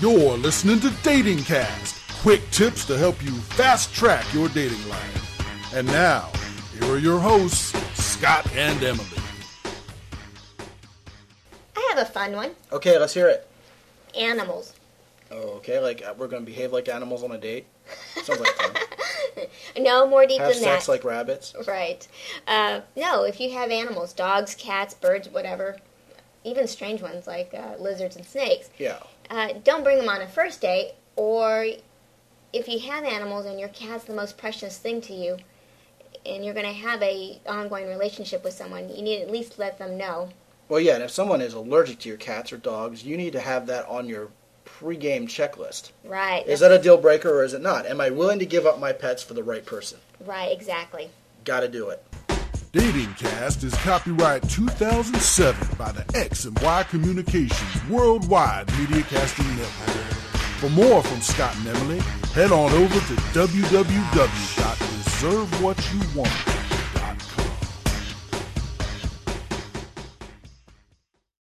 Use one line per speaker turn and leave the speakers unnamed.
You're listening to Dating Cast. Quick tips to help you fast track your dating life. And now, here are your hosts, Scott and Emily.
I have a fun one.
Okay, let's hear it.
Animals.
Oh, okay, like uh, we're gonna behave like animals on a date. Sounds like fun.
No more deep
Have
than
sex
that.
like rabbits.
right. Uh, no, if you have animals, dogs, cats, birds, whatever, even strange ones like uh, lizards and snakes,
Yeah.
uh, don't bring them on a first date. Or if you have animals and your cat's the most precious thing to you, and you're going to have a ongoing relationship with someone, you need to at least let them know.
Well, yeah, and if someone is allergic to your cats or dogs, you need to have that on your pre-game checklist.
Right.
Is that
that's-
a deal breaker or is it not? Am I willing to give up my pets for the right person?
right? Exactly.
Gotta do it.
Dating Cast is copyright 2007 by the X and Y Communications Worldwide Media Casting Network. For more from Scott and Emily, head on over to www.deservewhatyouwant.com.